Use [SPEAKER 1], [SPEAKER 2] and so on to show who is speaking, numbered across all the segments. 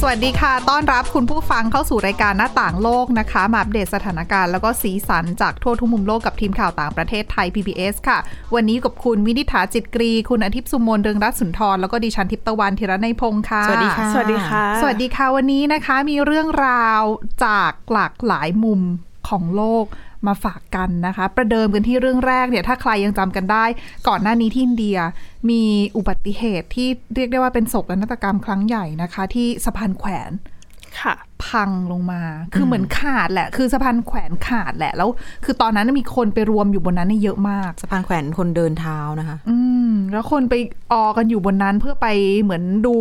[SPEAKER 1] สวัสดีค่ะ ต้อนรับคุณผู้ฟังเข้าสู่รายการหน้าต่างโลกนะคะ มาอัปเดตสถานการณ์แล้วก็สีสันจากทั่วทุกมุมโลกกับทีมข่าวต่างประเทศไทย PBS ค่ะ วันนี้อยู่กับคุณวินิษฐาจิตกรี คุณอาทิตย์สุมนเรืองรัตน์สุนทร แล้วก็ดิฉันทิพย์ตะวันธีรนัยพงค์ค่ะ
[SPEAKER 2] สวัสดีค่ะ
[SPEAKER 3] สวัสดีค่ะ
[SPEAKER 1] สวัสดีค่ะวันนี้นะคะมีเรื่องราวจากหลากหลายมุมของโลกมาฝากกันนะคะ ประเดิมกันที่เรื่องแรกเนี่ยถ้าใครยังจำกันได้ ก่อนหน้านี้ที่อินเดียมีอุบัติเหตุที่เรียกได้ว่าเป็นโศกนาฏกรรมครั้งใหญ่นะคะ ที่สะพานแขวน
[SPEAKER 3] ค่ะ
[SPEAKER 1] พังลงมา คือเหมือนขาดแหละ คือสะพานแขวนขาดแหละ แล้ว คือตอนนั้นมีคนไปรวมอยู่บนนั้นเนี่ยเยอะมาก
[SPEAKER 2] สะพานแขวนคนเดินเท้านะคะ
[SPEAKER 1] อืม แล้วคนไปออกันอยู่บนนั้นเพื่อไปเหมือนดู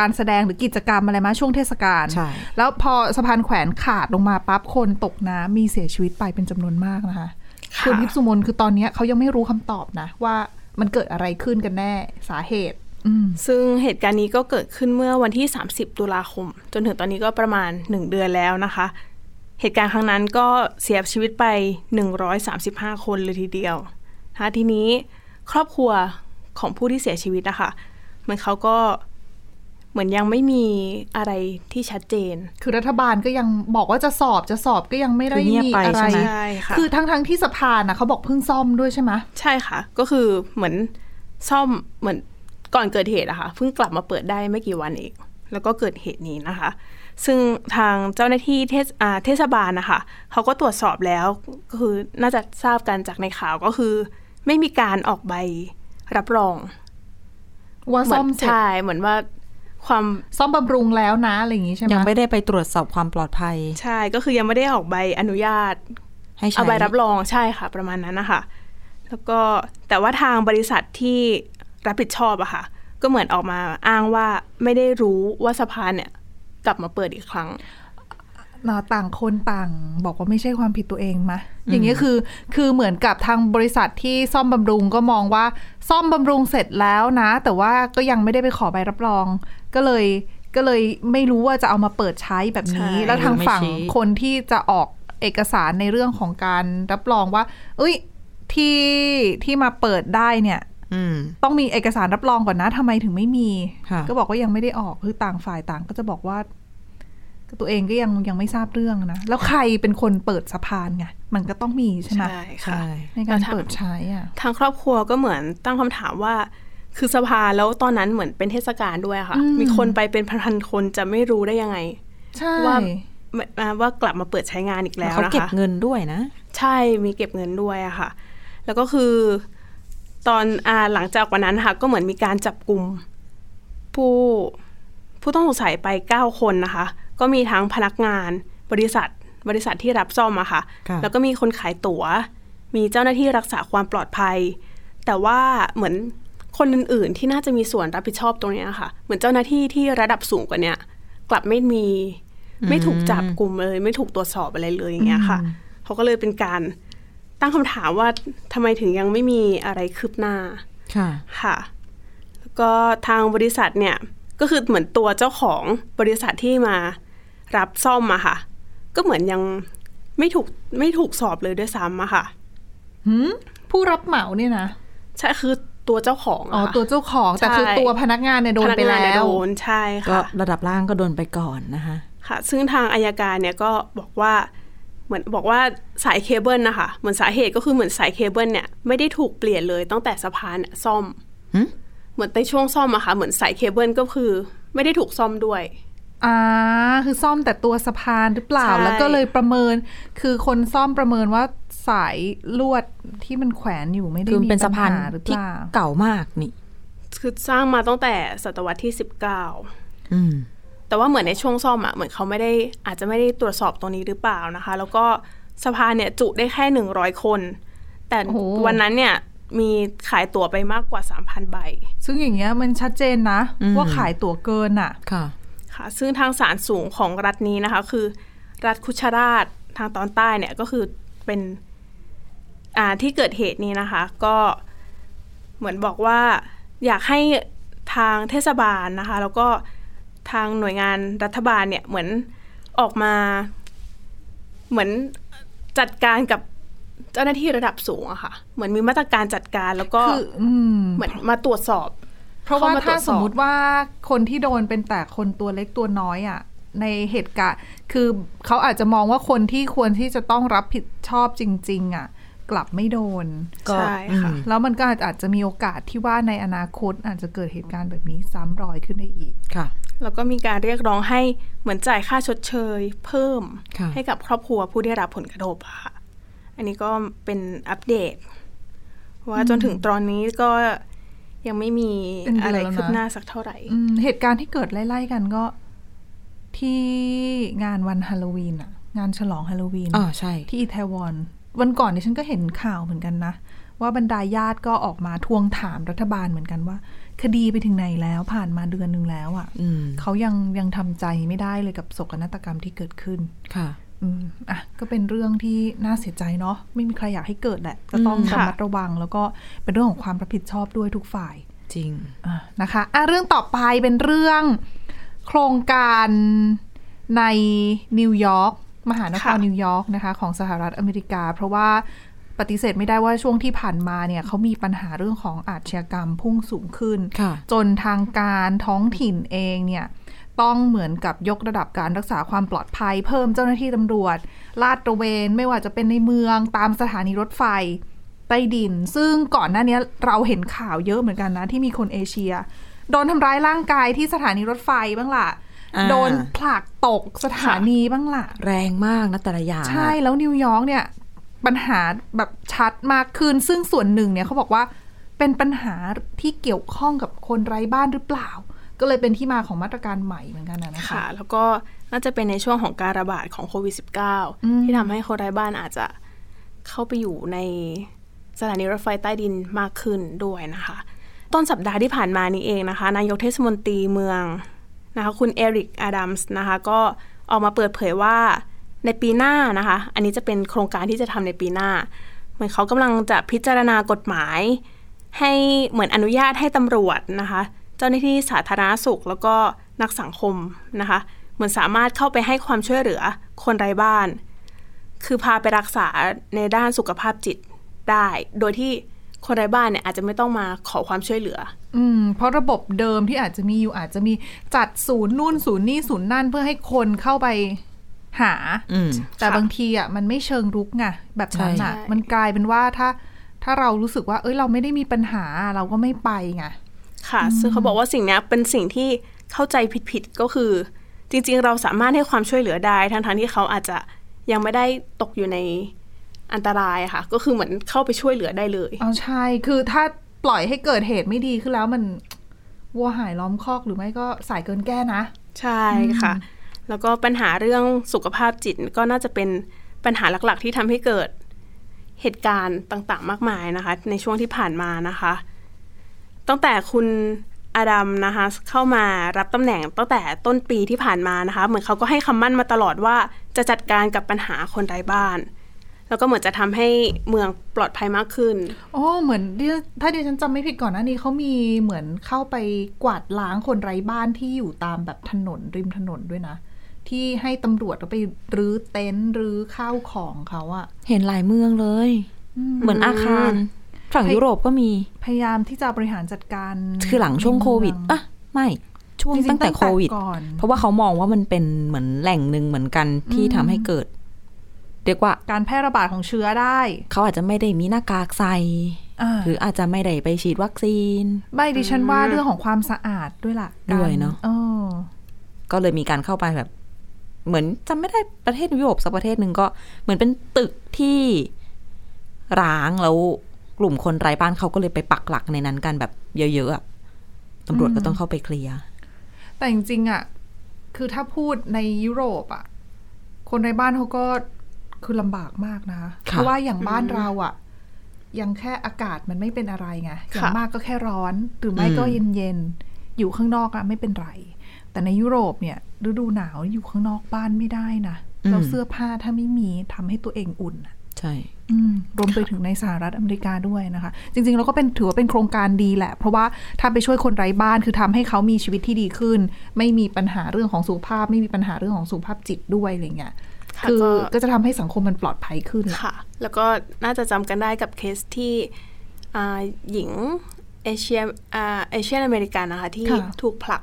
[SPEAKER 1] การแสดงหรือกิจกรรมอะไรมาช่วงเทศกาล
[SPEAKER 2] ใช่
[SPEAKER 1] แล้วพอสะพานแขวนขาดลงมาปั๊บคนตกน้ำมีเสียชีวิตไปเป็นจำนวนมากนะคะ
[SPEAKER 3] ค่ะ
[SPEAKER 1] คุณทิพย์สุมนคือตอนเนี้ยเขายังไม่รู้คำตอบนะ ว่ามันเกิดอะไรขึ้นกันแน่สาเหตุ อืม
[SPEAKER 3] ซึ่งเหตุการณ์นี้ก็เกิดขึ้นเมื่อวันที่ 30 ตุลาคม จนถึงตอนนี้ก็ประมาณ 1 เดือนแล้วนะคะ เหตุการณ์ครั้งนั้นก็เสียชีวิตไป 135 คนเลยทีเดียวนะคะทีนี้ครอบครัวของผู้ที่เสียชีวิตนะคะเหมือนเขาก็เหมือนยังไม่มีอะไรที่ชัดเจน
[SPEAKER 1] คือรัฐบาลก็ยังบอกว่าจะสอบจะสอบก็ยังไม่ได้
[SPEAKER 2] คือเงียบ
[SPEAKER 1] มี
[SPEAKER 2] ไป
[SPEAKER 1] อะไร
[SPEAKER 2] ใช่ไหม
[SPEAKER 3] ใช่ค่ะ
[SPEAKER 1] คือทั้งทั้งๆที่สะพานนะเขาบอกเพิ่งซ่อมด้วยใช่ไหม
[SPEAKER 3] ใช่ค่ะ ก็คือเหมือนซ่อมเหมือนก่อนเกิดเหตุอะค่ะเพิ่งกลับมาเปิดได้ไม่กี่วันเองแล้วก็เกิดเหตุนี้นะคะ ซึ่งทางเจ้าหน้าที่เทศอ่าเทศบาลนะคะเขาก็ตรวจสอบแล้วก็คือน่าจะทราบกันจากในข่าวก็คือ ไม่มีการออกใบรับรอง
[SPEAKER 1] ว่า
[SPEAKER 3] เหมื
[SPEAKER 1] ซ่
[SPEAKER 3] อ
[SPEAKER 1] อน มเสร็จ
[SPEAKER 3] ใช่เหมือนว่าความ
[SPEAKER 1] ซ่อมบำรุงแล้วนะอะไรอย่างงี้ใช่ไหม
[SPEAKER 2] ยังไม่ได้ไปตรวจสอบความปลอดภัย
[SPEAKER 3] ใช่ก็คือยังไม่ได้ออกใบอนุญาต
[SPEAKER 2] ให้ใช้
[SPEAKER 3] เอาใบรับรองใช่ค่ะ ประมาณนั้นนะคะแล้วก็แต่ว่าทางบริษัทที่รับผิดชอบอะค่ะ ก็เหมือนออกมาอ้างว่าไม่ได้รู้ว่าสะพานเนี่ย กลับมาเปิดอีกครั้ง
[SPEAKER 1] เนาะต่างคนต่างบอกว่าไม่ใช่ความผิดตัวเองมะอย่างเงี้ยคือ คือเหมือนกับทางบริษัทที่ซ่อมบำรุงก็มองว่าซ่อมบำรุงเสร็จแล้วนะ แต่ว่าก็ยังไม่ได้ไปขอใบรับรอง ก็เลยก็เลยไม่รู้ว่าจะเอามาเปิดใช้แบบนี้
[SPEAKER 3] ใช่
[SPEAKER 1] แล้วทางฝั่งคนที่จะออกเอกสารในเรื่องของการรับรองว่า เอ้ยที่ที่มาเปิดได้เนี่ย
[SPEAKER 2] อืม
[SPEAKER 1] ต้องมีเอกสารรับรองก่อนนะทำไมถึงไม่มี
[SPEAKER 2] ค่ะ
[SPEAKER 1] ก็บอกว่ายังไม่ได้ออกคือต่างฝ่ายต่างก็จะบอกว่า ตัวเองก็ยังยังไม่ทราบเรื่องนะ แล้วใครเป็นคนเปิดสะพานไงมันก็ต้องมีใช่ไหม
[SPEAKER 3] ค่ะ
[SPEAKER 2] ใช่
[SPEAKER 1] ในการ
[SPEAKER 3] แล้วทำ
[SPEAKER 1] เปิดใช้อ่ะ
[SPEAKER 3] ทางครอบครัวก็เหมือนตั้งคำถามว่า คือสะพานแล้วตอนนั้นเหมือนเป็นเทศกาลด้วยค่ะ
[SPEAKER 1] อืม
[SPEAKER 3] มีคนไปเป็นพันๆคนจะไม่รู้ได้ยังไง
[SPEAKER 1] ใช่
[SPEAKER 3] ว่า ไม่อ่าว่ากลับมาเปิดใช้งานอีกแล้ว
[SPEAKER 2] เขา
[SPEAKER 3] นะคะ
[SPEAKER 2] เก็บเงินด้วยนะ
[SPEAKER 3] ใช่มีเก็บเงินด้วยอะค่ะ แล้วก็คือตอนอาหลังจากวันนั้นค่ะ ก็เหมือนมีการจับกลุ่มผู้ผู้ต้องสงสัยไป 9 คนนะคะ ก็มีทั้งพนักงานบริษัท บริษัทที่รับซ่อมอะค่ะ
[SPEAKER 2] ค่ะ
[SPEAKER 3] แล้วก็มีคนขายตั๋ว มีเจ้าหน้าที่รักษาความปลอดภัย แต่ว่าเหมือนคนอื่นๆที่น่าจะมีส่วนรับผิดชอบตรงเนี้ยค่ะ เหมือนเจ้าหน้าที่ที่ระดับสูงกว่าเนี้ยกลับไม่มีไม่ถูกจับกลุ่มเลย ไม่ถูกตรวจสอบอะไรเลยอย่างเงี้ยค่ะ เขาก็เลยเป็นการตั้งคำถามว่าทำไมถึงยังไม่มีอะไรคืบหน้า
[SPEAKER 2] ค่ะ
[SPEAKER 3] ค่ะ แล้วก็ทางบริษัทเนี่ยก็คือเหมือนตัวเจ้าของบริษัทที่มารับซ่อมอะค่ะ ก็เหมือนยังไม่ถูกไม่ถูกสอบเลยด้วยซ้ำอะค่ะ
[SPEAKER 1] หืมผู้รับเหมาเนี่ยนะ
[SPEAKER 3] ใช่คือตัวเจ้าของ
[SPEAKER 1] อ๋อ
[SPEAKER 3] อะค่ะ
[SPEAKER 1] ตัวเจ้าของแต่
[SPEAKER 3] ใช่
[SPEAKER 1] คือตัวพนักงานเนี่ยโดนไป
[SPEAKER 3] พกงา
[SPEAKER 1] แล้
[SPEAKER 3] เยว โดนใช่
[SPEAKER 2] ก็
[SPEAKER 3] ค่ะ
[SPEAKER 2] ระดับล่างก็โดนไปก่อนนะคะ
[SPEAKER 3] ค่ะ ซึ่งทางอายการเนี่ยก็บอกว่าเหมือนบอกว่าสายเคเบิลนะคะเหมือนสาเหตุก็คือเหมือนสายเคเบิลเนี่ยไม่ได้ถูกเปลี่ยนเลยตั้งแต่สะพานเนี่ยซ่อม
[SPEAKER 2] หึ
[SPEAKER 3] เหมือนในช่วงซ่อมอะค่ะ เหมือนสายเคเบิลก็คือไม่ได้ถูกซ่อมด้วย
[SPEAKER 1] อ่าคือซ่อมแต่ตัวสะพานหรือเปล่า
[SPEAKER 3] ใช่
[SPEAKER 1] แล้วก็เลยประเมิน คือคนซ่อมประเมินว่าสายลวดที่มันแขวนอยู่ไม่ได้
[SPEAKER 2] คือมัน
[SPEAKER 1] มี
[SPEAKER 2] เป็นสะพาน
[SPEAKER 1] ปัญหหรือเป
[SPEAKER 2] ที่
[SPEAKER 1] ล่า
[SPEAKER 2] เก่ามากนี่
[SPEAKER 3] คือสร้างมาตั้งแต่ศตวรรษที่
[SPEAKER 2] อืม
[SPEAKER 3] 19 แต่ว่าเหมือนในช่วงซ่อมอะเหมือนเขาไม่ได้อาจจะไม่ได้ตรวจสอบตรงนี้หรือเปล่านะคะ แล้วก็สภานเนี่ยจุได้แค่ 100 คน แต่
[SPEAKER 1] โอ้โห
[SPEAKER 3] วันนั้นเนี่ยมีขายตั๋วไปมากกว่า 3,000 ใบ
[SPEAKER 1] ซึ่งอย่างเงี้ยมันชัดเจนนะ
[SPEAKER 2] อืม
[SPEAKER 1] ว่าขายตั๋วเกินอ่ะ
[SPEAKER 2] ค่ะ
[SPEAKER 3] ค่ะ ซึ่งทางศาลสูงของรัฐนี้นะคะ คือ รัฐคุชราชทางตอนใต้เนี่ยก็คือเป็นอ่าที่เกิดเหตุนี้นะคะ ก็ เหมือนบอกว่าอยากให้ทางเทศบาลนะคะ แล้วก็ท ทางหน่วยงานรัฐบาลเนี่ยเหมือนออกมา เหมือนจัดการกับเจ้าหน้าที่ระดับสูงอะค่ะ เหมือนมีมาตรการจัดการแล้วก็
[SPEAKER 1] คืออืม
[SPEAKER 3] เหมือนมาตรวจสอบ
[SPEAKER 1] เพราะว่า
[SPEAKER 3] เข้ามาตร
[SPEAKER 1] ถ้าว
[SPEAKER 3] จสอบ
[SPEAKER 1] สมมติว่าคนที่โดนเป็นแต่คนตัวเล็กตัวน้อยอ่ะในเหตุการณ์คือเขาอาจจะมองว่าคนที่ควรที่จะต้องรับผิดชอบจริง ๆ อ่ะ กลับไม่โดน
[SPEAKER 3] ใช่ค่ะ
[SPEAKER 2] อืม
[SPEAKER 1] แล้วมันก็อาจอาจจะมีโอกาสที่ว่าในอนาคตอาจจะเกิดเหตุการณ์แบบนี้ซ้ำรอยขึ้นได้อีก
[SPEAKER 2] ค่ะ
[SPEAKER 3] แล้วก็มีการเรียกร้องให้เหมือนจ่ายค่าชดเชยเพิ่ม
[SPEAKER 2] ค่ะ
[SPEAKER 3] ให้กับครอบครัวผู้ได้รับผลกระทบอะค่ะ อันนี้ก็เป็นอัปเดต ว่าจนถึงตอนนี้ก็ยังไม่มี
[SPEAKER 1] เป็นเดือน
[SPEAKER 3] อะไร
[SPEAKER 1] แล้วนะ
[SPEAKER 3] คืบหน้าสักเท่าไหร่
[SPEAKER 1] อืมเหตุการณ์ที่เกิดไล่ๆกันก็ ที่งานวันฮาโลวีนอ่ะ งานฉลองฮาโลวีน
[SPEAKER 2] อ๋อใช่
[SPEAKER 1] ที่อิตาลี วันก่อนเนี่ยฉันก็เห็นข่าวเหมือนกันนะ ว่าบรรดาญาติก็ออกมาทวงถามรัฐบาลเหมือนกันว่า คดีไปถึงไหนแล้วผ่านมาเดือนหนึ่งแล้วอะ่ะ
[SPEAKER 2] อืม
[SPEAKER 1] เขายังยังทำใจไม่ได้เลยกับโศกนาฏกรรมที่เกิดขึ้น
[SPEAKER 2] ค่ะ
[SPEAKER 1] อืมอ่ะก็เป็นเรื่องที่น่าเสียใจเนาะไม่มีใครอยากให้เกิดแหละจะต้อง
[SPEAKER 2] อืม
[SPEAKER 1] ระ
[SPEAKER 3] ค่ะ
[SPEAKER 1] มัดระวัง แล้วก็เป็นเรื่องของความรับผิดชอบด้วยทุกฝ่าย
[SPEAKER 2] จริง
[SPEAKER 1] อ่ะนะคะอ่ะเรื่องต่อไปเป็นเรื่องโครงการในนิวยอร์กมหานคร
[SPEAKER 3] ค่ะ
[SPEAKER 1] นิวยอร์กนะคะของสหรัฐอเมริกา เพราะว่าปฏิเสธไม่ได้ว่าช่วงที่ผ่านมาเนี่ยเขามีปัญหาเรื่องของอาชญากรรมพุ่งสูงขึ้น
[SPEAKER 2] ค่ะ
[SPEAKER 1] จนทางการท้องถิ่นเองเนี่ยต้องเหมือนกับยกระดับการรักษาความปลอดภัย เพิ่มเจ้าหน้าที่ตำรวจ ลาดตระเวนไม่ว่าจะเป็นในเมืองตามสถานีรถไฟใต้ดิน ซึ่งก่อนหน้านี้เราเห็นข่าวเยอะเหมือนกันนะ ที่มีคนเอเชีย โดนทำร้ายร่างกายที่สถานีรถไฟบ้างล่ะ
[SPEAKER 2] อ่า
[SPEAKER 1] โดนผลักตกสถานีบ้างล่ะ
[SPEAKER 2] แรงมากนะแต่ละอย่างอะ
[SPEAKER 1] ใช่แล้วนิวยอร์กเนี่ยปัญหาแบบชัดมากขึ้น ซึ่งส่วนหนึ่งเนี่ยเขาบอกว่าเป็นปัญหาที่เกี่ยวข้องกับคนไร้บ้านหรือเปล่า ก็เลยเป็นที่มาของมาตรการใหม่เหมือนกันนะนะคะ
[SPEAKER 3] ค่ะ แล้วก็น่าจะเป็นในช่วงของการระบาดของโควิด
[SPEAKER 1] อืม
[SPEAKER 3] -19 ที่ทำให้คนไร้บ้านอาจจะเข้าไปอยู่ในสถานีรถไฟใต้ดินมากขึ้นด้วยนะคะ ต้นสัปดาห์ที่ผ่านมานี้เองนะคะ นายกเทศมนตรีเมืองนะคะ คุณเอริกอาดัมส์นะคะ ก็ออกมาเปิดเผยว่าในปีหน้านะคะ อันนี้จะเป็นโครงการที่จะทำในปีหน้า เหมือนเขากำลังจะพิจารณากฎหมาย ให้เหมือนอนุญาตให้ตำรวจนะคะ เจ้าหน้าที่สาธารณสุขแล้วก็นักสังคมนะคะ เหมือนสามารถเข้าไปให้ความช่วยเหลือคนไร้บ้าน คือพาไปรักษาในด้านสุขภาพจิตได้ โดยที่คนไร้บ้านเนี่ยอาจจะไม่ต้องมาขอความช่วยเหลือ
[SPEAKER 1] อืมเพราะระบบเดิมที่อาจจะมีอยู่อาจจะมีจัดศูนย์นู่นศูนย์นี่ศูนย์นั่นเพื่อให้คนเข้าไปหา
[SPEAKER 2] อืม
[SPEAKER 1] แต่
[SPEAKER 3] ค่ะ
[SPEAKER 1] บางทีอ่ะมันไม่เชิงรุกไงแบบนั้นอ่ะ
[SPEAKER 3] ใช่
[SPEAKER 1] มันกลายเป็นว่าถ้าถ้าเรารู้สึกว่า เอ้ยเราไม่ได้มีปัญหาเราก็ไม่ไปไง
[SPEAKER 3] ค่ะ ซึ่งเขาบอกว่าสิ่งเนี้ยเป็นสิ่งที่เข้าใจผิดๆ ก็คือ จริงๆ เราสามารถให้ความช่วยเหลือได้ ทั้งๆ ที่เขาอาจจะยังไม่ได้ตกอยู่ในอันตรายอะค่ะ ก็คือเหมือนเข้าไปช่วยเหลือได้เลย
[SPEAKER 1] เอาใช่ คือถ้าปล่อยให้เกิดเหตุไม่ดีขึ้นแล้วมันวัวหายล้อมคอกหรือไม่ก็สายเกินแก้นะ
[SPEAKER 3] ใช่ค่ะ แล้วก็ปัญหาเรื่องสุขภาพจิตก็น่าจะเป็นปัญหาหลักๆ ที่ทำให้เกิดเหตุการณ์ต่างๆ มากมายนะคะ ในช่วงที่ผ่านมานะคะ ตั้งแต่คุณอาดัมนะคะเข้ามารับตำแหน่งตั้งแต่ต้นปีที่ผ่านมานะคะ เหมือนเขาก็ให้คำมั่นมาตลอดว่าจะจัดการกับปัญหาคนไร้บ้าน แล้วก็เหมือนจะทำให้เมืองปลอดภัยมากขึ้น
[SPEAKER 1] โอ้เหมือนดิถ้าดิฉันจำไม่ผิดก่อนหน้านี้เขามีเหมือนเข้าไปกวาดล้างคนไร้บ้านที่อยู่ตามแบบถนนริมถนนด้วยนะ ที่ให้ตำรวจไปรื้อเต็นท์รื้อข้าวของเขาอะ
[SPEAKER 2] เห็นหลายเมืองเลย เหมือนอาคาร ฝั่งยุโรปก็มี
[SPEAKER 1] พยายามที่จะบริหารจัดการ
[SPEAKER 2] คือหลังช่วงโควิด
[SPEAKER 1] ในเมือง
[SPEAKER 2] อ่ะไม่ ช่วง
[SPEAKER 1] จริๆ
[SPEAKER 2] ตั้งแต่โควิด
[SPEAKER 1] ก่อน
[SPEAKER 2] เพราะว่าเขามองว่ามันเป็นเหมือนแหล่งหนึ่งเหมือนกันที่ทำให้เกิด เรียกว่า
[SPEAKER 1] การแพร่ระบาดของเชื้อได้
[SPEAKER 2] เขาอาจจะไม่ได้มีหน้ากากใส่
[SPEAKER 1] อ่า
[SPEAKER 2] หรืออาจจะไม่ได้ไปฉีดวัคซีน
[SPEAKER 1] ไม่ดิฉันว่าเรื่องของความสะอาดด้วยล่ะกร
[SPEAKER 2] ด้วยเนอะ
[SPEAKER 1] ออ
[SPEAKER 2] ก็เลยมีการเข้าไปแบบ เหมือนจำไม่ได้ประเทศยุโรปสักประเทศหนึ่งก็เหมือนเป็นตึกที่ร้างแล้วกลุ่มคนไร้บ้านเขาก็เลยไปปักหลักในนั้นกันแบบเยอะๆอะตำรวจก็ต้องเข้าไปเคลียร์
[SPEAKER 1] แต่จริงๆอ่ะ คือถ้าพูดในยุโรปอ่ะ คนในบ้านเขาก็คือลำบากมากนะ เพราะว่าอย่างบ้านเราอ่ะ ยังแค่อากาศมันไม่เป็นอะไรไงอย่างมากก็แค่ร้อนหรือไม่ก็เย็นๆ อยู่ข้างนอกอ่ะไม่เป็นไร แต่ในยุโรปเนี่ย ฤดูหนาวอยู่ข้างนอกบ้านไม่ได้นะแล้วเสื้อผ้าถ้าไม่มีทำให้ตัวเองอุ่นอะ
[SPEAKER 2] ใช่
[SPEAKER 1] อืมรวมไปถึงในสหรัฐอเมริกาด้วยนะคะ จริงๆเราก็เป็นถือว่าเป็นโครงการดีแหละ เพราะว่าถ้าไปช่วยคนไร้บ้านคือทำให้เขามีชีวิตที่ดีขึ้น ไม่มีปัญหาเรื่องของสุขภาพ ไม่มีปัญหาเรื่องของสุขภาพจิตด้วยอะไรเงี้ย
[SPEAKER 3] ค่ะ
[SPEAKER 1] คือ
[SPEAKER 3] ก็
[SPEAKER 1] ก็จะทำให้สังคมมันปลอดภัยขึ้นแหละ
[SPEAKER 3] ค่ะ แล้วก็น่าจะจำกันได้กับเคสที่อ่าหญิงเอเชียอ่าเอเชียนอเมริกันนะคะ ที่
[SPEAKER 1] ค่ะ
[SPEAKER 3] ถูกผลัก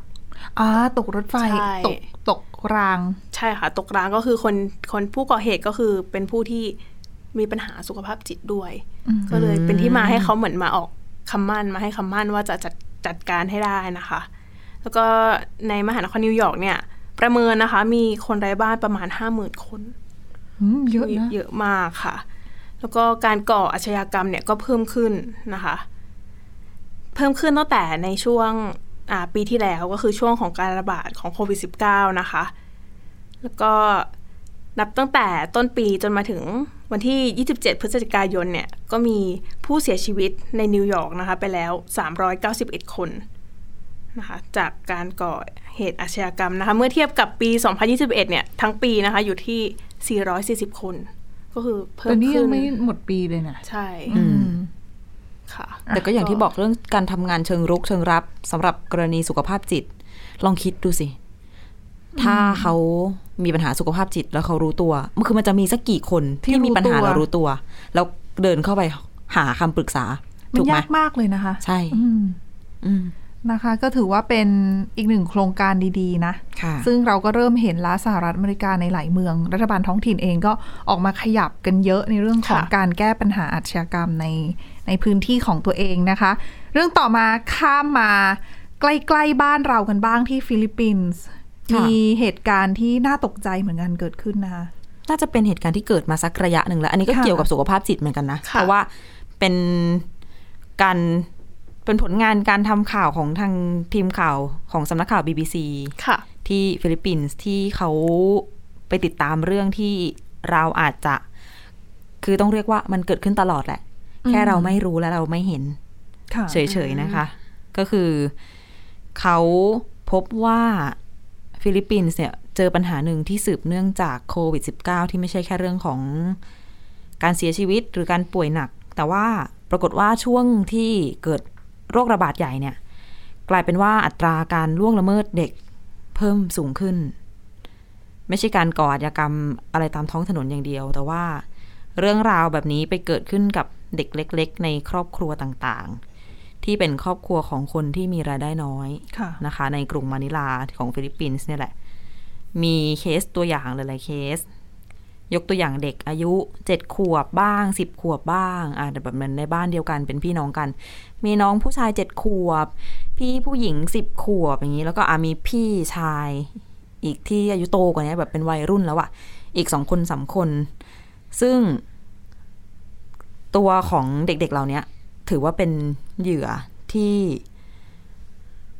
[SPEAKER 1] อ่าตกรถไฟ
[SPEAKER 3] ใช่
[SPEAKER 1] ตกตกราง
[SPEAKER 3] ใช่ค่ะ ตกร้างก็คือคนคนผู้ก่อเหตุก็คือเป็นผู้ที่มีปัญหาสุขภาพจิตด้วย
[SPEAKER 1] อืม
[SPEAKER 3] ก็เลยเป็นที่มาให้เขาเหมือนมาออกคำมั่นมาให้คำมั่นว่าจะจัดจัดการให้ได้นะคะ แล้วก็ในมหานครนิวยอร์กเนี่ย ประเมินนะคะ มีคนไร้บ้านประมาณ 50,000 คน
[SPEAKER 1] อืมเยอะนะ
[SPEAKER 3] เยอะมากค่ะ แล้วก็การก่ออาชญากรรมเนี่ยก็เพิ่มขึ้นนะคะ เพิ่มขึ้นตั้งแต่ในช่วงอ่าปีที่แล้วก็คือช่วงของการระบาดของโควิด -19 นะคะ แล้วก็นับตั้งแต่ต้นปีจนมาถึงวันที่ 27 พฤศจิกายนเนี่ย ก็มีผู้เสียชีวิตในนิวยอร์กนะคะไปแล้ว 391 คนนะคะจากการก่อเหตุอาชญากรรมนะคะ เมื่อเทียบกับปี 2021 เนี่ยทั้งปีนะคะอยู่ที่ 440 คน ก็คือเพิ่
[SPEAKER 1] แต่
[SPEAKER 3] ม
[SPEAKER 1] นี่ยั
[SPEAKER 3] ขึ้
[SPEAKER 1] ง
[SPEAKER 3] น
[SPEAKER 1] ไม่หมดปีเลยนะ
[SPEAKER 3] ใช่
[SPEAKER 1] อืม
[SPEAKER 3] ค่ะ
[SPEAKER 2] แต่ก็อย่างที่บอกเรื่องการทำงานเชิงรุกเชิงรับสำหรับกรณีสุขภาพจิต ลองคิดดูสิ ถ้าเขามีปัญหาสุขภาพจิตแล้วเขารู้ตัวมันคือมันจะมีสักกี่คน
[SPEAKER 1] ที่
[SPEAKER 2] ที่มีปัญหา
[SPEAKER 1] รู้ตัว
[SPEAKER 2] แล้วรู้ตัว แล้วเดินเข้าไปหาคำปรึกษา
[SPEAKER 1] มั
[SPEAKER 2] ถู
[SPEAKER 1] น
[SPEAKER 2] กไหม
[SPEAKER 1] ยากมากเลยนะคะ
[SPEAKER 2] ใช่
[SPEAKER 1] อืม
[SPEAKER 2] อืม
[SPEAKER 1] นะคะ ก็ถือว่าเป็นอีกหนึ่งโครงการดีๆนะ
[SPEAKER 2] ค่ะ
[SPEAKER 1] ซึ่งเราก็เริ่มเห็นละสหรัฐอเมริกาในหลายเมือง รัฐบาลท้องถิ่นเองก็ออกมาขยับกันเยอะในเรื่องของ
[SPEAKER 3] ค่ะ
[SPEAKER 1] การแก้ปัญหาอาชญากรรมในในพื้นที่ของตัวเองนะคะ เรื่องต่อมาข้ามมาใกล้ๆบ้านเรากันบ้างที่ฟิลิปปินส์
[SPEAKER 2] ค่ะ
[SPEAKER 1] มีเหตุการณ์ที่น่าตกใจเหมือนกันเกิดขึ้นนะคะ
[SPEAKER 2] น่าจะเป็นเหตุการณ์ที่เกิดมาสักระยะหนึ่งแล้ว อันนี้ก็
[SPEAKER 1] ค่ะ
[SPEAKER 2] เกี่ยวกับสุขภาพจิตเหมือนกันนะ
[SPEAKER 3] ค่ะ
[SPEAKER 2] เพราะว่าเป็นการเป็นผลงานการทำข่าวของทางทีมข่าวของสำนักข่าว BBC
[SPEAKER 3] ค่ะ
[SPEAKER 2] ที่ฟิลิปปินส์ที่เขาไปติดตามเรื่องที่เราอาจจะ คือต้องเรียกว่ามันเกิดขึ้นตลอดแหละ แค่เราไม่รู้และเราไม่เห็น
[SPEAKER 1] ค่ะ
[SPEAKER 2] เฉยๆนะคะ ก็คือเขาพบว่าฟิลิปปินส์เนี่ยเจอปัญหาหนึ่งที่สืบเนื่องจากโควิด -19 ที่ไม่ใช่แค่เรื่องของการเสียชีวิตหรือการป่วยหนัก แต่ว่าปรากฏว่าช่วงที่เกิดโรคระบาดใหญ่เนี่ย กลายเป็นว่าอัตราการล่วงละเมิดเด็กเพิ่มสูงขึ้น ไม่ใช่การก่ออาชญากรรมอะไรตามท้องถนนอย่างเดียว แต่ว่าเรื่องราวแบบนี้ไปเกิดขึ้นกับเด็กเล็ก ๆ ในครอบครัวต่างๆ ที่เป็นครอบครัวของคนที่มีรายได้น้อย
[SPEAKER 1] ค่ะ
[SPEAKER 2] นะคะ ในกรุงมะนิลาของฟิลิปปินส์เนี่ยแหละ มีเคสตัวอย่างหลายๆเคส ยกตัวอย่างเด็กอายุเจ็ดขวบบ้างสิบขวบบ้างอ่ะแต่แบบเหมือนในบ้านเดียวกันเป็นพี่น้องกัน มีน้องผู้ชายเจ็ดขวบ พี่ผู้หญิงสิบขวบอย่างนี้ แล้วก็อ่ะมีพี่ชาย อีกที่อายุโตกว่านี้แบบเป็นวัยรุ่นแล้วอะอีกสองคนสามคน ซึ่ง ตัวของเด็กๆเหล่าเนี้ย ถือว่าเป็นเหยื่อที่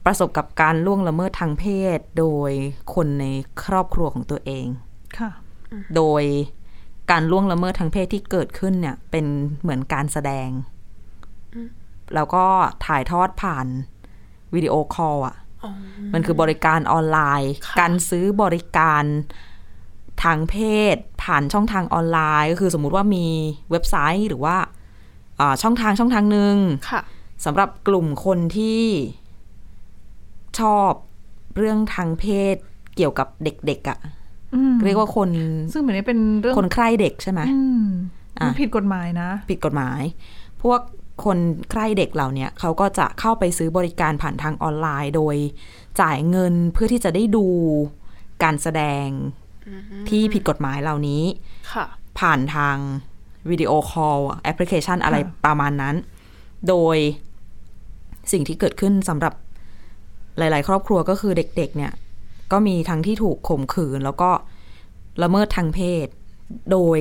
[SPEAKER 2] ประสบกับการล่วงละเมิดทางเพศ โดยคนในครอบครัวของตัวเอง
[SPEAKER 1] ค่ะ
[SPEAKER 2] โดยการล่วงละเมิดทางเพศที่เกิดขึ้นเนี่ย เป็นเหมือนการแสดง แล้วก็ถ่ายทอดผ่านวิดีโอคอลอ่ะ มันคือบริการออนไลน์
[SPEAKER 3] ค่ะ
[SPEAKER 2] การซื้อบริการทางเพศ ผ่านช่องทางออนไลน์ ก็คือสมมุติว่ามีเว็บไซต์หรือว่าอ่าช่องทางช่องทางหนึ่ง
[SPEAKER 3] ค่ะ
[SPEAKER 2] สำหรับกลุ่มคนที่ชอบเรื่องทางเพศเกี่ยวกับเด็กๆอะ่ะ
[SPEAKER 1] อืม
[SPEAKER 2] เรียกว่าคน
[SPEAKER 1] ซึ่งเหมือนนี้เป็นเรื่อง
[SPEAKER 2] คนใคร่เด็กใช่ไหม
[SPEAKER 1] อืม
[SPEAKER 2] อ่ะ
[SPEAKER 1] มันผิดกฎหมายนะ
[SPEAKER 2] ผิดกฎหมาย พวกคนใคร่เด็กเหล่าเนี้ยเขาก็จะเข้าไปซื้อบริการผ่านทางออนไลน์ โดยจ่ายเงินเพื่อที่จะได้ดูการแสดงที่ผิดกฎหมายเหล่านี้
[SPEAKER 3] ค่ะ
[SPEAKER 2] ผ่านทางวิดีโอคอลแอปพลิเคชันอะไรประมาณนั้น โดยสิ่งที่เกิดขึ้นสำหรับหลาย ๆ ครอบครัวก็คือเด็ก ๆ เนี่ย ก็มีทั้งที่ถูกข่มขืน แล้วก็ละเมิดทางเพศ โดย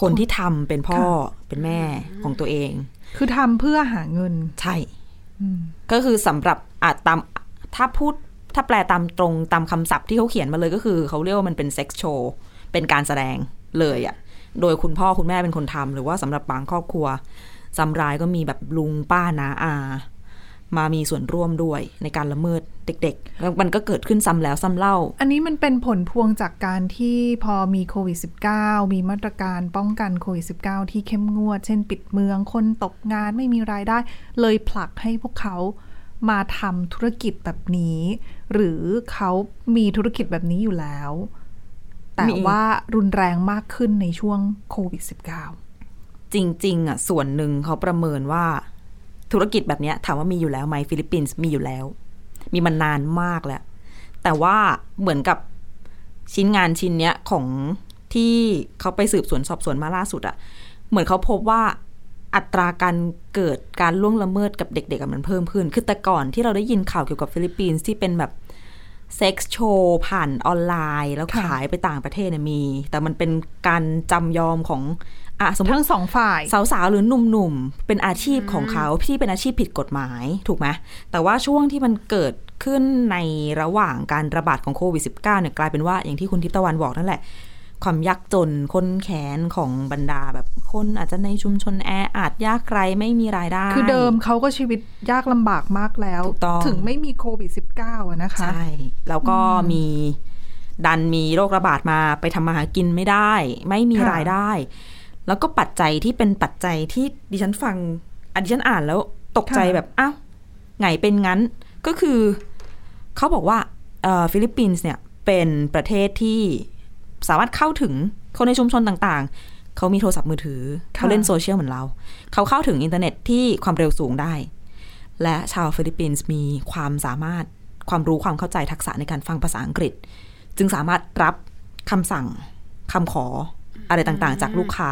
[SPEAKER 2] คนที่ทำเป็นพ่อเป็นแม่ของตัวเอง
[SPEAKER 1] คือทำเพื่อหาเงิน
[SPEAKER 2] ใช่
[SPEAKER 1] อืม
[SPEAKER 2] ก็คือสำหรับอาจตามถ้าพูดถ้าแปลตามตรงตามคำศัพท์ที่เขาเขียนมาเลยก็คือ เขาเรียกว่ามันเป็นเซ็ก s h โชว์เป็นการแสดงเลยอะ่ะ โดยคุณพ่อคุณแม่เป็นคนทำหรือว่าสำหรับบางครอบครัวสำรายก็มีแบบลุงป้านาอา มามีส่วนร่วมด้วยในการละเมิดเด็กๆแล้วมันก็เกิดขึ้นซ้ำแล้วซ้ำเล่า
[SPEAKER 1] อันนี้มันเป็นผลพวงจากการที่พอมีโควิด -19 มีมาตรการป้องกันโควิด -19 ที่เข้มงวด เช่นปิดเมือง คนตกงานไม่มีรายได้ เลยผลักให้พวกเขามาทำธุรกิจแบบนี้ หรือเขามีธุรกิจแบบนี้อยู่แล้ว แต่
[SPEAKER 2] มี
[SPEAKER 1] ว่ารุนแรงมากขึ้นในช่วงโควิด -19
[SPEAKER 2] จริงๆอ่ะส่วนหนึ่งเขาประเมินว่าธุรกิจแบบเนี้ยถามว่ามีอยู่แล้วไหมฟิลิปปินส์มีอยู่แล้ว มีมานานมากแล้ว แต่ว่าเหมือนกับชิ้นงานชิ้นเนี้ยของที่เขาไปสืบสวนสอบสวนมาล่าสุดอ่ะเหมือนเขาพบว่าอัตราการเกิดการล่วงละเมิดกับเด็กๆอะมันเพิ่มขึ้นคือแต่ก่อนที่เราได้ยินข่าวเกี่ยวกับฟิลิปปินส์ที่เป็นแบบ เซ็กซ์โชว์ผ่านออนไลน์ แล้ว
[SPEAKER 1] ค่ะ
[SPEAKER 2] ขายไปต่างประเทศเนี่ยมี แต่มันเป็นการจำยอมของอ่ะสมมติ
[SPEAKER 1] ทั้งสองฝ่าย
[SPEAKER 2] สาวๆ หรือหนุ่มๆ เป็นอาชีพของเขาที่เป็นอาชีพผิดกฎหมายถูกไหมแต่ว่าช่วงที่มันเกิดขึ้นในระหว่างการระบาดของโควิด -19 เนี่ยกลายเป็นว่าอย่างที่คุณทิพย์ตะวันบอกนั่นแหละ ความยากจนคนแขนของบรรดาแบบคนอาจจะในชุมชนแออัดยากไร้ไม่มีรายได้
[SPEAKER 1] คือเดิมเขาก็ชีวิตยากลำบากมากแล้ว
[SPEAKER 2] ถูกต้อง
[SPEAKER 1] ถึงไม่มีโควิด -19 อะนะคะ
[SPEAKER 2] ใช่ แล้วก็มีดันมีโรคระบาดมาไปทำมาหากินไม่ได้ ไม่มี
[SPEAKER 1] ค่ะ
[SPEAKER 2] รายได้ แล้วก็ปัจจัยที่เป็นปัจจัยที่ดิฉันฟังอะดิฉันอ่านแล้วตกใจแบบอ้าวไงเป็นงั้นก็คือ เขาบอกว่าเอ่อฟิลิปปินส์เนี่ยเป็นประเทศที่สามารถเข้าถึงคนในชุมชนต่างๆ เขามีโทรศัพท์มือถือ เขาเล่นโซเชียลเหมือนเรา เขาเข้าถึงอินเทอร์เน็ตที่ความเร็วสูงได้ และชาวฟิลิปปินส์มีความสามารถความรู้ความเข้าใจทักษะในการฟังภาษาอังกฤษ จึงสามารถรับคำสั่งคำขออะไรต่างๆ จากลูกค้า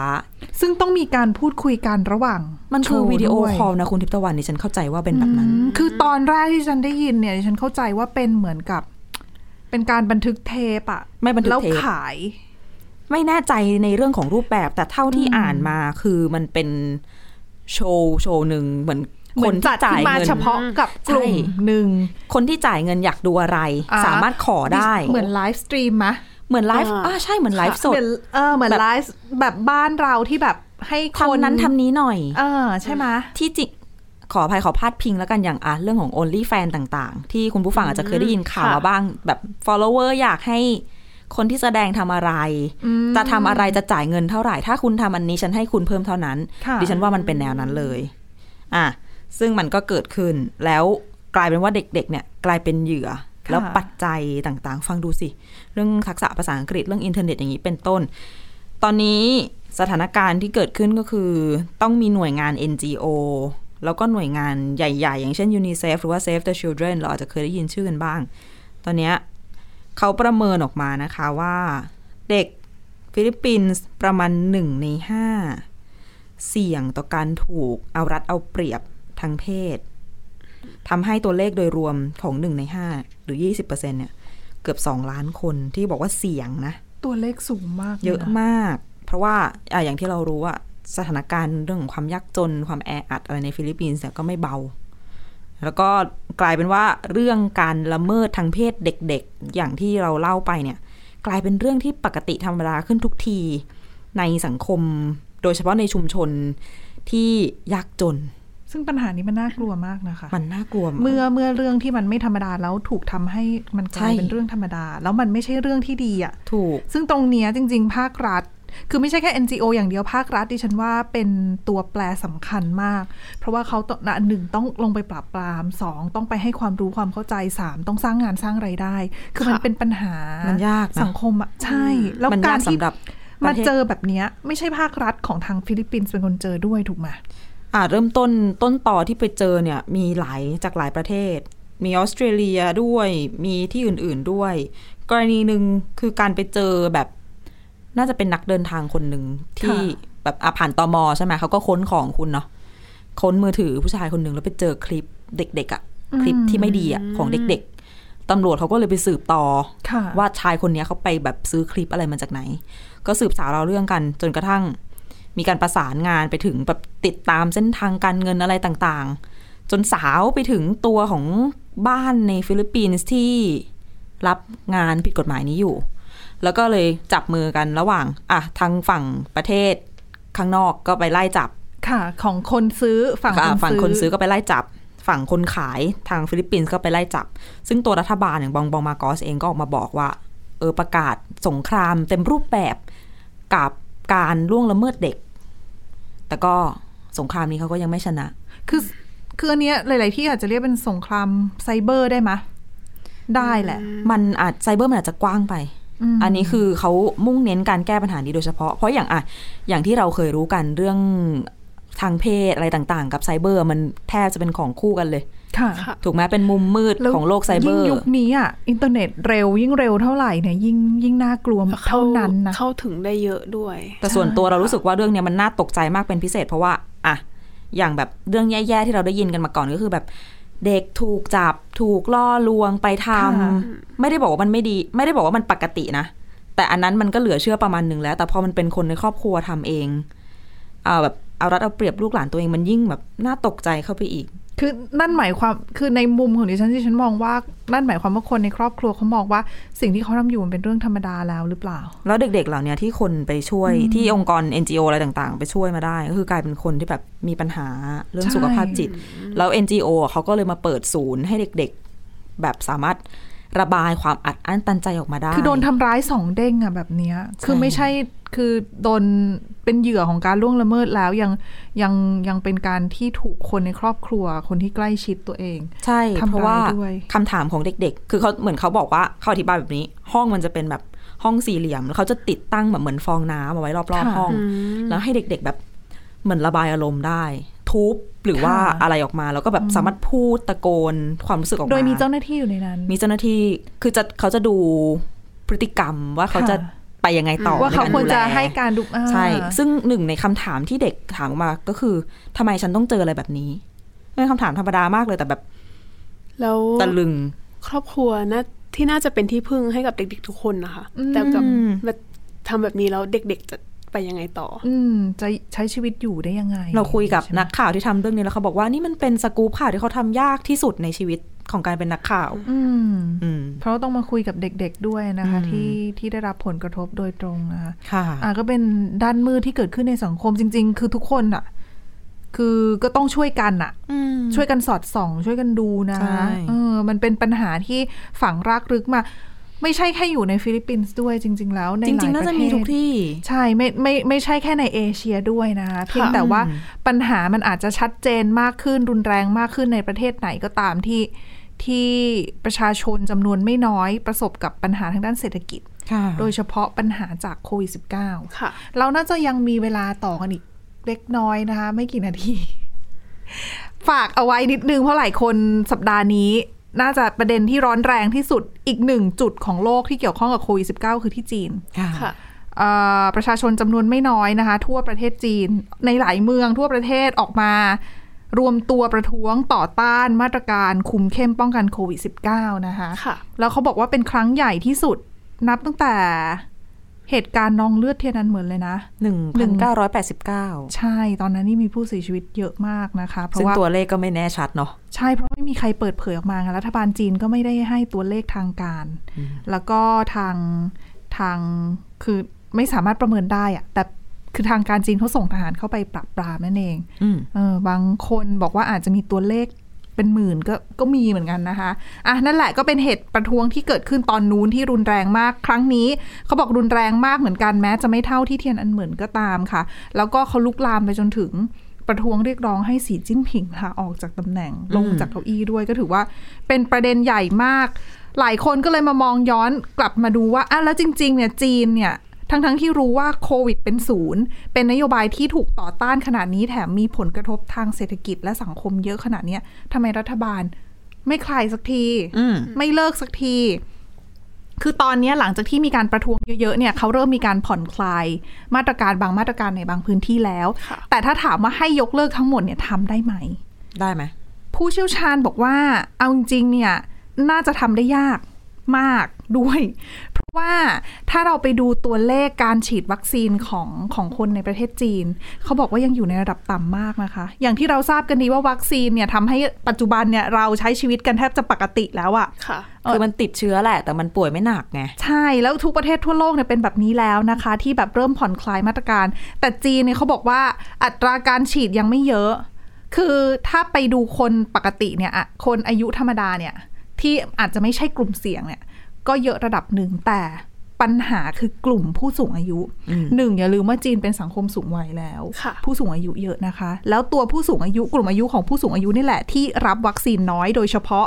[SPEAKER 1] ซึ่งต้องมีการพูดคุยกันระหว่าง
[SPEAKER 2] มันคือ
[SPEAKER 1] โช
[SPEAKER 2] วิดีโอ
[SPEAKER 1] วย
[SPEAKER 2] คอลนะคุณทิพย์ตะวันนี่ฉันเข้าใจว่าเป็นแบบนั้น
[SPEAKER 1] อืมคือตอนแรกที่ฉันได้ยินเนี่ยดิฉันเข้าใจว่าเป็นเหมือนกับ เป็นการบันทึกเทปอะ
[SPEAKER 2] ไม่บันทึก
[SPEAKER 1] แล้ว
[SPEAKER 2] เทป
[SPEAKER 1] ขาย
[SPEAKER 2] ไม่แน่ใจในเรื่องของรูปแบบแต่เท่าที่อ่านมาคือมันเป็นโชว์โชว์หนึ่งเหมือน
[SPEAKER 1] เห
[SPEAKER 2] ค
[SPEAKER 1] มือน น
[SPEAKER 2] ที่
[SPEAKER 1] จัดขึ้
[SPEAKER 2] จ่าย
[SPEAKER 1] นมา
[SPEAKER 2] เงิน
[SPEAKER 1] เฉพาะกับกลุ่ม
[SPEAKER 2] ใช่
[SPEAKER 1] หนึ่ง
[SPEAKER 2] คนที่จ่ายเงินอยากดูอะไร
[SPEAKER 1] อ่
[SPEAKER 2] สามารถขอได้
[SPEAKER 1] เหมือนไลฟ์สตรีมมะ
[SPEAKER 2] เหมือนไลฟ์
[SPEAKER 3] อ่า
[SPEAKER 2] อ่าใช่เหมือนไลฟ์ส
[SPEAKER 1] เห
[SPEAKER 2] ด
[SPEAKER 1] มือนเออเหมือน
[SPEAKER 2] แบบ
[SPEAKER 1] ไลฟ์แบบบ้านเราที่แบบให้คน
[SPEAKER 2] ทำนั้นทำนี้หน่อย
[SPEAKER 1] เออใช่ไหมะ
[SPEAKER 2] ที่จริงขออภัยขอพาดพิงแล้วกันอย่างอ่ะเรื่องของ Only Fan ต่างๆ ที่คุณผู้ฟังอาจจะเคยได้ยินข่าวมา
[SPEAKER 1] ค่ะ
[SPEAKER 2] บ้าง แบบ follower อยากให้คนที่แสดงทำอะไร
[SPEAKER 1] อืม
[SPEAKER 2] จะทำอะไรจะจ่ายเงินเท่าไหร่ ถ้าคุณทำอันนี้ฉันให้คุณเพิ่มเท่านั้น
[SPEAKER 1] ค่ะ
[SPEAKER 2] ดิฉันว่ามันเป็นแนวนั้นเลย อ่ะซึ่งมันก็เกิดขึ้น แล้วกลายเป็นว่าเด็กๆ เนี่ยกลายเป็นเหยื่อ แล้วปัจจัยต่างๆ ฟังดูสิ เรื่องทักษะภาษาอังกฤษเรื่องอินเทอร์เน็ตอย่างนี้เป็นต้น ตอนนี้สถานการณ์ที่เกิดขึ้นก็คือ ต้องมีหน่วยงาน NGO แล้วก็หน่วยงานใหญ่ๆ อย่างเช่น UNICEF หรือว่า Save the Children เราอาจจะเคยได้ยินชื่อกันบ้าง ตอนเนี้ยเขาประเมินออกมานะคะว่าเด็กฟิลิปปินส์ประมาณหนึ่งในห้า เสี่ยงต่อการถูกเอารัดเอาเปรียบทางเพศทำให้ตัวเลขโดยรวมของหนึ่งในห้าหรือยี่สิบเปอร์เซ็นเนี่ยเกือบสองล้านคนที่บอกว่าเสี่ยงนะ
[SPEAKER 1] ตัวเลขสูงมากลน
[SPEAKER 2] เยอะมาก เพราะว่าอ่ะอย่างที่เรารู้ว่าสถานการณ์เรื่องของความยากจนความแออัดอะไรในฟิลิปปินส์เนี่ยก็ไม่เบา แล้วก็กลายเป็นว่าเรื่องการละเมิดทางเพศเด็กๆ อย่างที่เราเล่าไปเนี่ย กลายเป็นเรื่องที่ปกติธรรมดาขึ้นทุกทีในสังคม โดยเฉพาะในชุมชนที่ยากจน
[SPEAKER 1] ซึ่งปัญหานี้มันน่ากลัวมากนะคะ
[SPEAKER 2] มันน่ากลัวาก
[SPEAKER 1] เมื่อเมื่อเรื่องที่มันไม่ธรรมดาแล้วถูกทำให้มันกลาย
[SPEAKER 2] ใช่
[SPEAKER 1] เป็นเรื่องธรรมดา แล้วมันไม่ใช่เรื่องที่ดีอ่ะ
[SPEAKER 2] ถูก
[SPEAKER 1] ซึ่งตรงเนี้ยจริง ๆ ภาครัฐ คือไม่ใช่แค่ NGO อย่างเดียวภาครัฐดิฉันว่าเป็นตัวแปรสำคัญมาก เพราะว่าเขาต้องนะหนึ่งต้องลงไปปราบปรามสองต้องไปให้ความรู้ความเข้าใจสามต้องสร้างงานสร้างไรายได้ คือมัน
[SPEAKER 3] ค่ะ
[SPEAKER 1] เป็นปัญหา
[SPEAKER 2] มั
[SPEAKER 1] มัน
[SPEAKER 2] ยากนะ
[SPEAKER 1] สังคมอ่ะใช่ แล้ว
[SPEAKER 2] มั
[SPEAKER 1] กาย
[SPEAKER 2] นาร ก
[SPEAKER 1] ที่
[SPEAKER 2] สำหรับ
[SPEAKER 1] มา
[SPEAKER 2] ประทศ
[SPEAKER 1] เจอแบบเนี้ยไม่ใช่ภาครัฐของทางฟิลิปปินส์เป็นคนเจอด้วยถูกไหม
[SPEAKER 2] อ่าเริ่มต้นต้นต่อที่ไปเจอเนี่ยมีหลายจากหลายประเทศ มีออสเตรเลียด้วยมีที่อื่นๆด้วย กรณีหนึ่งคือการไปเจอแบบน่าจะเป็นนักเดินทางคนหนึ่งที่
[SPEAKER 1] ค่ะ
[SPEAKER 2] แบบอ่ะผ่านตอมอใช่ไหมเขาก็ค้นของคุณเนาะค้นมือถือผู้ชายคนหนึ่งแล้วไปเจอคลิปเด็กๆอะคลิปที่ไม่ดีอะของเด็กๆตำรวจเขาก็เลยไปสืบต่อ
[SPEAKER 1] ค่ะ
[SPEAKER 2] ว่าชายคนเนี้ยเขาไปแบบซื้อคลิปอะไรมาจากไหน ก็สืบสาวเราวเรื่องกันจนกระทั่ง มีการประสานงานไปถึงแบบติดตามเส้นทางการเงินอะไรต่างๆ จนสาวไปถึงตัวของบ้านในฟิลิปปินส์ที่รับงานผิดกฎหมายนี้อยู่ แล้วก็เลยจับมือกันระหว่างอ่ะทางฝั่งประเทศข้างนอกก็ไปไล่จับ
[SPEAKER 1] ค่ะ ของคนซื้อฝั่ง
[SPEAKER 2] อ่ะ
[SPEAKER 1] คน
[SPEAKER 2] ฝั่งคนซื้อก็ไปไล่จับ ฝั่งคนขายทางฟิลิปปินส์ก็ไปไล่จับ ซึ่งตัวรัฐบาลอย่างบองบองมาโกสเองก็ออกมาบอกว่า เออประกาศสงครามเต็มรูปแบบกับการล่วงละเมิดเด็ก แต่ก็สงครามนี้เขาก็ยังไม่ชนะ
[SPEAKER 1] คือคืออันเนี้ยหลาย ๆ ที่อาจจะเรียกเป็นสงครามไซเบอร์ได้ไหมะได้แหละ
[SPEAKER 2] มันอาจไซเบอร์มันอาจจะกว้างไป
[SPEAKER 1] อืม
[SPEAKER 2] อันนี้คือเขามุ่งเน้นการแก้ปัญหานี้โดยเฉพาะ เพราะอย่างอะอย่างที่เราเคยรู้กันเรื่องทางเพศอะไรต่างๆ กับไซเบอร์มันแทบจะเป็นของคู่กันเลย
[SPEAKER 1] ค่ะ
[SPEAKER 3] ค่ะ
[SPEAKER 2] ถูกไหมเป็นมุมมืด
[SPEAKER 1] แล้ว
[SPEAKER 2] ของโลกไซเบอ
[SPEAKER 1] ยิ่
[SPEAKER 2] ร์
[SPEAKER 1] งยุคนี้อ่ะอินเทอร์เน็ตเร็วยิ่งเร็วเท่าไหร่เนี่ยยิ่งยิ่งน่ากลัวเท่านั้นนะ
[SPEAKER 3] เข้าถึงได้เยอะด้วย
[SPEAKER 2] แต่ส่วนตัวเรารู้สึกว่าเรื่องเนี้ยมันน่าตกใจมากเป็นพิเศษ เพราะว่าอะอย่างแบบเรื่องแย่ๆที่เราได้ยินกันมาก่อนก็คือแบบเด็กถูกจับถูกล่อลวงไปทำ
[SPEAKER 1] ค่ะ
[SPEAKER 2] ไม่ได้บอกว่ามันไม่ดี ไม่ได้บอกว่ามันปกตินะ แต่อันนั้นมันก็เหลือเชื่อประมาณหนึ่งแล้ว แต่พอมันเป็นคนในครอบครัวทำเองเอาแบบเอารัดเอาเปรียบลูกหลานตัวเองมันยิ่งแบบน่าตกใจเข้าไปอีก
[SPEAKER 1] คือนั่นหมายความคือในมุมของดิฉันที่ฉันมองว่านั่นหมายความว่าคนในครอบครัวเขามองว่าสิ่งที่เขาทำอยู่มันเป็นเรื่องธรรมดาแล้วหรือเปล่า
[SPEAKER 2] แล้วเด็กๆ เหล่าเนี้ยที่คนไปช่วยที่องค์กร NGO อะไรต่างๆ ไปช่วยมาได้ ก็คือกลายเป็นคนที่แบบมีปัญหาเรื่อง
[SPEAKER 1] ใช่
[SPEAKER 2] สุขภาพจิต แล้ว NGO อ่ะเขาก็เลยมาเปิดศูนย์ให้เด็กๆ แบบสามารถระบายความอัดอั้นตันใจออกมาได้
[SPEAKER 1] คือโดนทำร้ายสองเด้งอะแบบเนี้ย คือไม่ใช่คือโดนเป็นเหยื่อของการล่วงละเมิดแล้วยังยังยังเป็นการที่ถูกคนในครอบครัว คนที่ใกล้ชิดตัวเอง
[SPEAKER 2] ใช่
[SPEAKER 1] ทำร้าย
[SPEAKER 2] เพราะว่า
[SPEAKER 1] ด้วย
[SPEAKER 2] คำถามของเด็กๆ คือเขาเหมือนเขาบอกว่าเขาอธิบายแบบนี้ ห้องมันจะเป็นแบบห้องสี่เหลี่ยม แล้วเขาจะติดตั้งแบบเหมือนฟองน้ำเอาไว้รอบๆห้อง แล้วให้เด็กๆแบบเหมือนระบายอารมณ์ได้ ทุบหรือว่าอะไรออกมา แล้วก็แบบสามารถพูดตะโกนความรู้สึกออกมา
[SPEAKER 1] โดยมีเจ้าหน้าที่อยู่ในนั้น
[SPEAKER 2] มีเจ้าหน้าที่ คือจะเขาจะดูพฤติกรรมว่าเขา
[SPEAKER 1] ค่ะ
[SPEAKER 2] จะไปยังไงต่อ
[SPEAKER 1] ว่าเขา
[SPEAKER 2] ใน
[SPEAKER 1] ควรจะ
[SPEAKER 2] ดูแล
[SPEAKER 1] ให้การดูอ่า
[SPEAKER 2] ใช่ ซึ่งหนึ่งในคำถามที่เด็กถามมาก็คือทำไมฉันต้องเจออะไรแบบนี้เป็นคำถามธรรมดามากเลยแต่แบบ
[SPEAKER 3] แล้ว
[SPEAKER 2] ตะลึง
[SPEAKER 3] ครอบครัวนะที่น่าจะเป็นที่พึ่งให้กับเด็กๆทุกคนนะคะ แต่กับ
[SPEAKER 2] อืม
[SPEAKER 3] แบบทำแบบนี้แล้วเด็กๆจะไปยังไงต่อ
[SPEAKER 1] อืมจะใช้ชีวิตอยู่ได้ยังไง
[SPEAKER 2] เราคุยกับ
[SPEAKER 1] ใช่ไหม
[SPEAKER 2] นักข่าวที่ทำเรื่องนี้แล้วเขาบอกว่านี่มันเป็นสกู๊ปข่าวที่เขาทำยากที่สุดในชีวิตของการเป็นนักข่าว
[SPEAKER 1] อืม
[SPEAKER 2] อืม
[SPEAKER 1] เพราะว่าต้องมาคุยกับเด็กๆด้วยนะคะ
[SPEAKER 2] อืม
[SPEAKER 1] ที่ที่ได้รับผลกระทบโดยตรงนะคะ
[SPEAKER 2] ค่ะ
[SPEAKER 1] อ่ะก็เป็นด้านมืดที่เกิดขึ้นในสังคมจริง ๆ คือทุกคนอ่ะ คือก็ต้องช่วยกันอ่ะ ช่วยกันสอดส่อง ช่วยกันดูนะ
[SPEAKER 2] ใช่
[SPEAKER 1] เออ มันเป็นปัญหาที่ฝังรากลึกมา ไม่ใช่แค่อยู่ในฟิลิปปินส์ด้วยจริง ๆ แล้วใน
[SPEAKER 2] จ
[SPEAKER 1] หล
[SPEAKER 2] ริง ๆ
[SPEAKER 1] ย
[SPEAKER 2] น่า
[SPEAKER 1] ป
[SPEAKER 2] จะ
[SPEAKER 1] ระ
[SPEAKER 2] มี
[SPEAKER 1] เท
[SPEAKER 2] ทุก
[SPEAKER 1] ศ
[SPEAKER 2] ที่
[SPEAKER 1] ใช่ไม่ไม่ไม่ใช่แค่ในเอเชียด้วยนะคะเพียง
[SPEAKER 3] ค่ะ
[SPEAKER 1] แต่ว่าปัญหามันอาจจะชัดเจนมากขึ้นรุนแรงมากขึ้นในประเทศไหนก็ตามที่ที่ประชาชนจำนวนไม่น้อยประสบกับปัญหาทางด้านเศรษฐกิจ
[SPEAKER 2] ค่ะ
[SPEAKER 1] โดยเฉพาะปัญหาจากโควิด
[SPEAKER 3] ค่ะ
[SPEAKER 1] -19 เราน่าจะยังมีเวลาต่อกันอีกเล็กน้อยนะคะ ไม่กี่นาที ฝากเอาไว้นิดนึงเพราะหลายคนสัปดาห์นี้ น่าจะประเด็นที่ร้อนแรงที่สุดอีกหนึ่งจุดของโลกที่เกี่ยวข้องกับโควิด -19 คือที่จีน
[SPEAKER 3] ค่ะ
[SPEAKER 1] เอ่อประชาชนจำนวนไม่น้อยนะคะ ทั่วประเทศจีน ในหลายเมืองทั่วประเทศออกมา รวมตัวประท้วงต่อต้านมาตรการคุมเข้มป้องกันโควิด -19 นะคะ
[SPEAKER 3] ค่ะ
[SPEAKER 1] แล้วเขาบอกว่าเป็นครั้งใหญ่ที่สุดนับตั้งแต่เหตุการณ์นองเลือดเทียนันเหมือนเลยนะ
[SPEAKER 2] หนึ่งพันเก้าร้อยแปดสิบเก้า
[SPEAKER 1] ใช่ตอนนั้นนี่มีผู้เสียชีวิตเยอะมากนะคะ เพ
[SPEAKER 2] ซึ่
[SPEAKER 1] ราะ
[SPEAKER 2] ง
[SPEAKER 1] ว่า
[SPEAKER 2] ตัวเลขก็ไม่แน่ชัดเนาะ
[SPEAKER 1] ใช่เพราะไม่มีใครเปิดเผยออกมาไงรัฐบาลจีนก็ไม่ได้ให้ตัวเลขทางการ แล้วก็ทางทางคือไม่สามารถประเมินได้อะแต่คือทางการจีนเขาส่งทหารเข้าไปปราบปรามนั่นเอง
[SPEAKER 2] อืม
[SPEAKER 1] เออบางคนบอกว่าอาจจะมีตัวเลขเป็นหมื่นก็ก็มีเหมือนกันนะคะอ่ะนั่นแหละก็เป็นเหตุประท้วงที่เกิดขึ้นตอนนู้นที่รุนแรงมาก ครั้งนี้เขาบอกรุนแรงมากเหมือนกันแม้จะไม่เท่าที่เทียนอันเหมือนก็ตามค่ะ แล้วก็เขาลุกลามไปจนถึงประท้วงเรียกร้องให้สีจิ้นผิงค่ะออกจากตำแหน่งลงจากเก้าอี้ด้วยก็ถือว่าเป็นประเด็นใหญ่มาก หลายคนก็เลยมามองย้อนกลับมาดูว่าอ่ะแล้วจริง ๆ เนี่ยจีนเนี่ยทั้งๆที่รู้ว่าโควิดเป็นศูนย์ เป็นนโยบายที่ถูกต่อต้านขนาดนี้แถมมีผลกระทบทางเศรษฐกิจและสังคมเยอะขนาดเนี้ยทำไมรัฐบาลไม่คลายสักที
[SPEAKER 2] อืม
[SPEAKER 1] ไม่เลิกสักที คือตอนเนี้ยหลังจากที่มีการประท้วงเยอะๆ เนี่ยเขาเริ่มมีการผ่อนคลาย มาตรการบางมาตรการในบางพื้นที่แล้ว
[SPEAKER 3] ค่ะ
[SPEAKER 1] แต่ถ้าถามว่าให้ยกเลิกทั้งหมดเนี่ยทำได้ไหม
[SPEAKER 2] ได้ไหม
[SPEAKER 1] ผู้เชี่ยวชาญบอกว่าเอาจริงๆเนี่ยน่าจะทำได้ยากมากด้วย เพราะว่าถ้าเราไปดูตัวเลขการฉีดวัคซีนของของคนในประเทศจีน เขาบอกว่ายังอยู่ในระดับต่ำมากนะคะ อย่างที่เราทราบกันดีว่าวัคซีนเนี่ยทำให้ปัจจุบันเนี่ยเราใช้ชีวิตกันแทบจะปกติแล้วอะ
[SPEAKER 3] ค่ะ
[SPEAKER 1] เออ
[SPEAKER 2] คือมันติดเชื้อแหละ แต่มันป่วยไม่หนักไง
[SPEAKER 1] ใช่ แล้วทุกประเทศทั่วโลกเนี่ยเป็นแบบนี้แล้วนะคะ ที่แบบเริ่มผ่อนคลายมาตรการ แต่จีนเนี่ยเขาบอกว่าอัตราการฉีดยังไม่เยอะ คือถ้าไปดูคนปกติเนี่ยอะคนอายุธรรมดาเนี่ย ที่อาจจะไม่ใช่กลุ่มเสี่ยงเนี่ย ก็เยอะระดับหนึ่งแต่ปัญหาคือกลุ่มผู้สูงอายุ
[SPEAKER 2] อืม
[SPEAKER 1] หนึ่งอย่าลืมว่าจีนเป็นสังคมสูงวัยแล้ว
[SPEAKER 3] ค่ะ
[SPEAKER 1] ผู้สูงอายุเยอะนะคะ แล้วตัวผู้สูงอายุกลุ่มอายุของผู้สูงอายุนี่แหละที่รับวัคซีนน้อยโดยเฉพาะ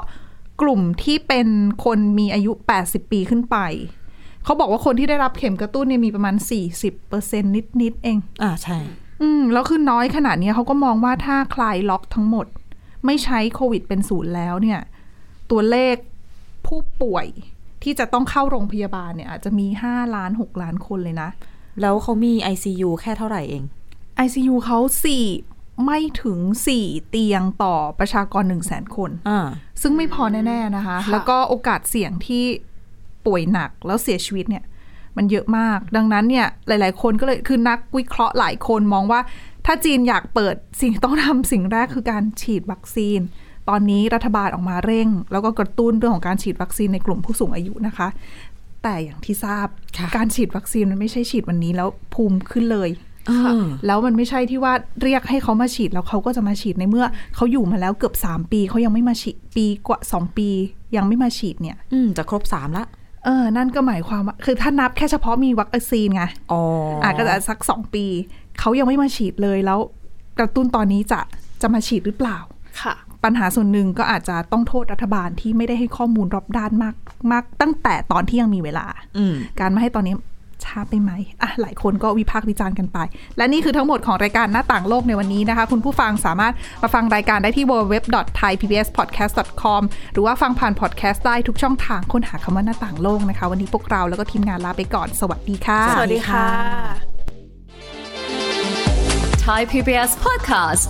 [SPEAKER 1] กลุ่มที่เป็นคนมีอายุ 80 ปีขึ้นไป เขาบอกว่าคนที่ได้รับเข็มกระตุ้นเนี่ยมีประมาณ 40%นิดๆเอง
[SPEAKER 2] อ่าใช่
[SPEAKER 1] อืมแล้วคือน้อยขนาดเนี้ยเขาก็มองว่าถ้าคลายล็อกทั้งหมด ไม่ใช้โควิดเป็นศูนย์แล้วเนี่ย ตัวเลขผู้ป่วยที่จะต้องเข้าโรงพยาบาลเนี่ยอาจจะมี 5 ล้าน 6 ล้านคนเลยนะ
[SPEAKER 2] แล้วเขามี ICU แค่เท่าไหร่เอง
[SPEAKER 1] ICU เขา 4 ไม่ถึง 4 เตียงต่อประชากร 1 0 0 0 0แคน
[SPEAKER 2] อ่า
[SPEAKER 1] ซึ่งไม่พอแน่ ๆ นะคะ
[SPEAKER 3] ค่ะ
[SPEAKER 1] แล้วก็โอกาสเสี่ยงที่ป่วยหนักแล้วเสียชีวิตเนี่ย มันเยอะมาก ดังนั้นเนี่ย หลาย ๆ คนก็เลยคือนักวิเคราะห์หลายคนมองว่า ถ้าจีนอยากเปิดสิ่งที่ต้องทำสิ่งแรกคือการฉีดวัคซีน ตอนนี้รัฐบาลออกมาเร่ง แล้วก็กระตุ้นเรื่องของการฉีดวัคซีนในกลุ่มผู้สูงอายุนะคะ แต่อย่างที่ทราบ
[SPEAKER 2] ค่ะ
[SPEAKER 1] การฉีดวัคซีนมันไม่ใช่ฉีดวันนี้แล้วภูมิขึ้นเลย
[SPEAKER 2] ค่ะ
[SPEAKER 1] แล้วมันไม่ใช่ที่ว่าเรียกให้เขามาฉีดแล้วเขาก็จะมาฉีดในเมื่อเขาอยู่มาแล้วเกือบ 3 ปีเขายังไม่มาฉีดปีกว่า 2 ปี ยังไม่มาฉีดเนี่ย
[SPEAKER 2] อืม จะครบสามละ
[SPEAKER 1] เออนั่นก็หมายความว่าคือถ้านับแค่เฉพาะมีวัคซีนไง
[SPEAKER 2] อ๋อ
[SPEAKER 1] อาจจะสัก 2 ปีเขายังไม่มาฉีดเลยแล้วกระตุ้นตอนนี้จะจะมาฉีดหรือเปล่า
[SPEAKER 3] ค่ะ
[SPEAKER 1] ปัญหาส่วนหนึ่งก็อาจจะต้องโทษรัฐบาลที่ไม่ได้ให้ข้อมูลรอบด้านมากมากตั้งแต่ตอนที่ยังมีเวลา
[SPEAKER 2] อืม
[SPEAKER 1] การมาให้ตอนนี้ช้าไปไหมอ่ะหลายคนก็วิพากษ์วิจารณ์กันไป และนี่คือทั้งหมดของรายการหน้าต่างโลกในวันนี้นะคะ คุณผู้ฟังสามารถมาฟังรายการได้ที่ www.thaipbspodcast.com หรือว่าฟังผ่านพอดแคสต์ได้ทุกช่องทางค้นหาคำว่าหน้าต่างโลกนะคะ วันนี้พวกเราแล้วก็ทีมงานลาไปก่อน สวัสดีค่ะ
[SPEAKER 3] สวัสดีค่ะ
[SPEAKER 4] Thai PBS podcast.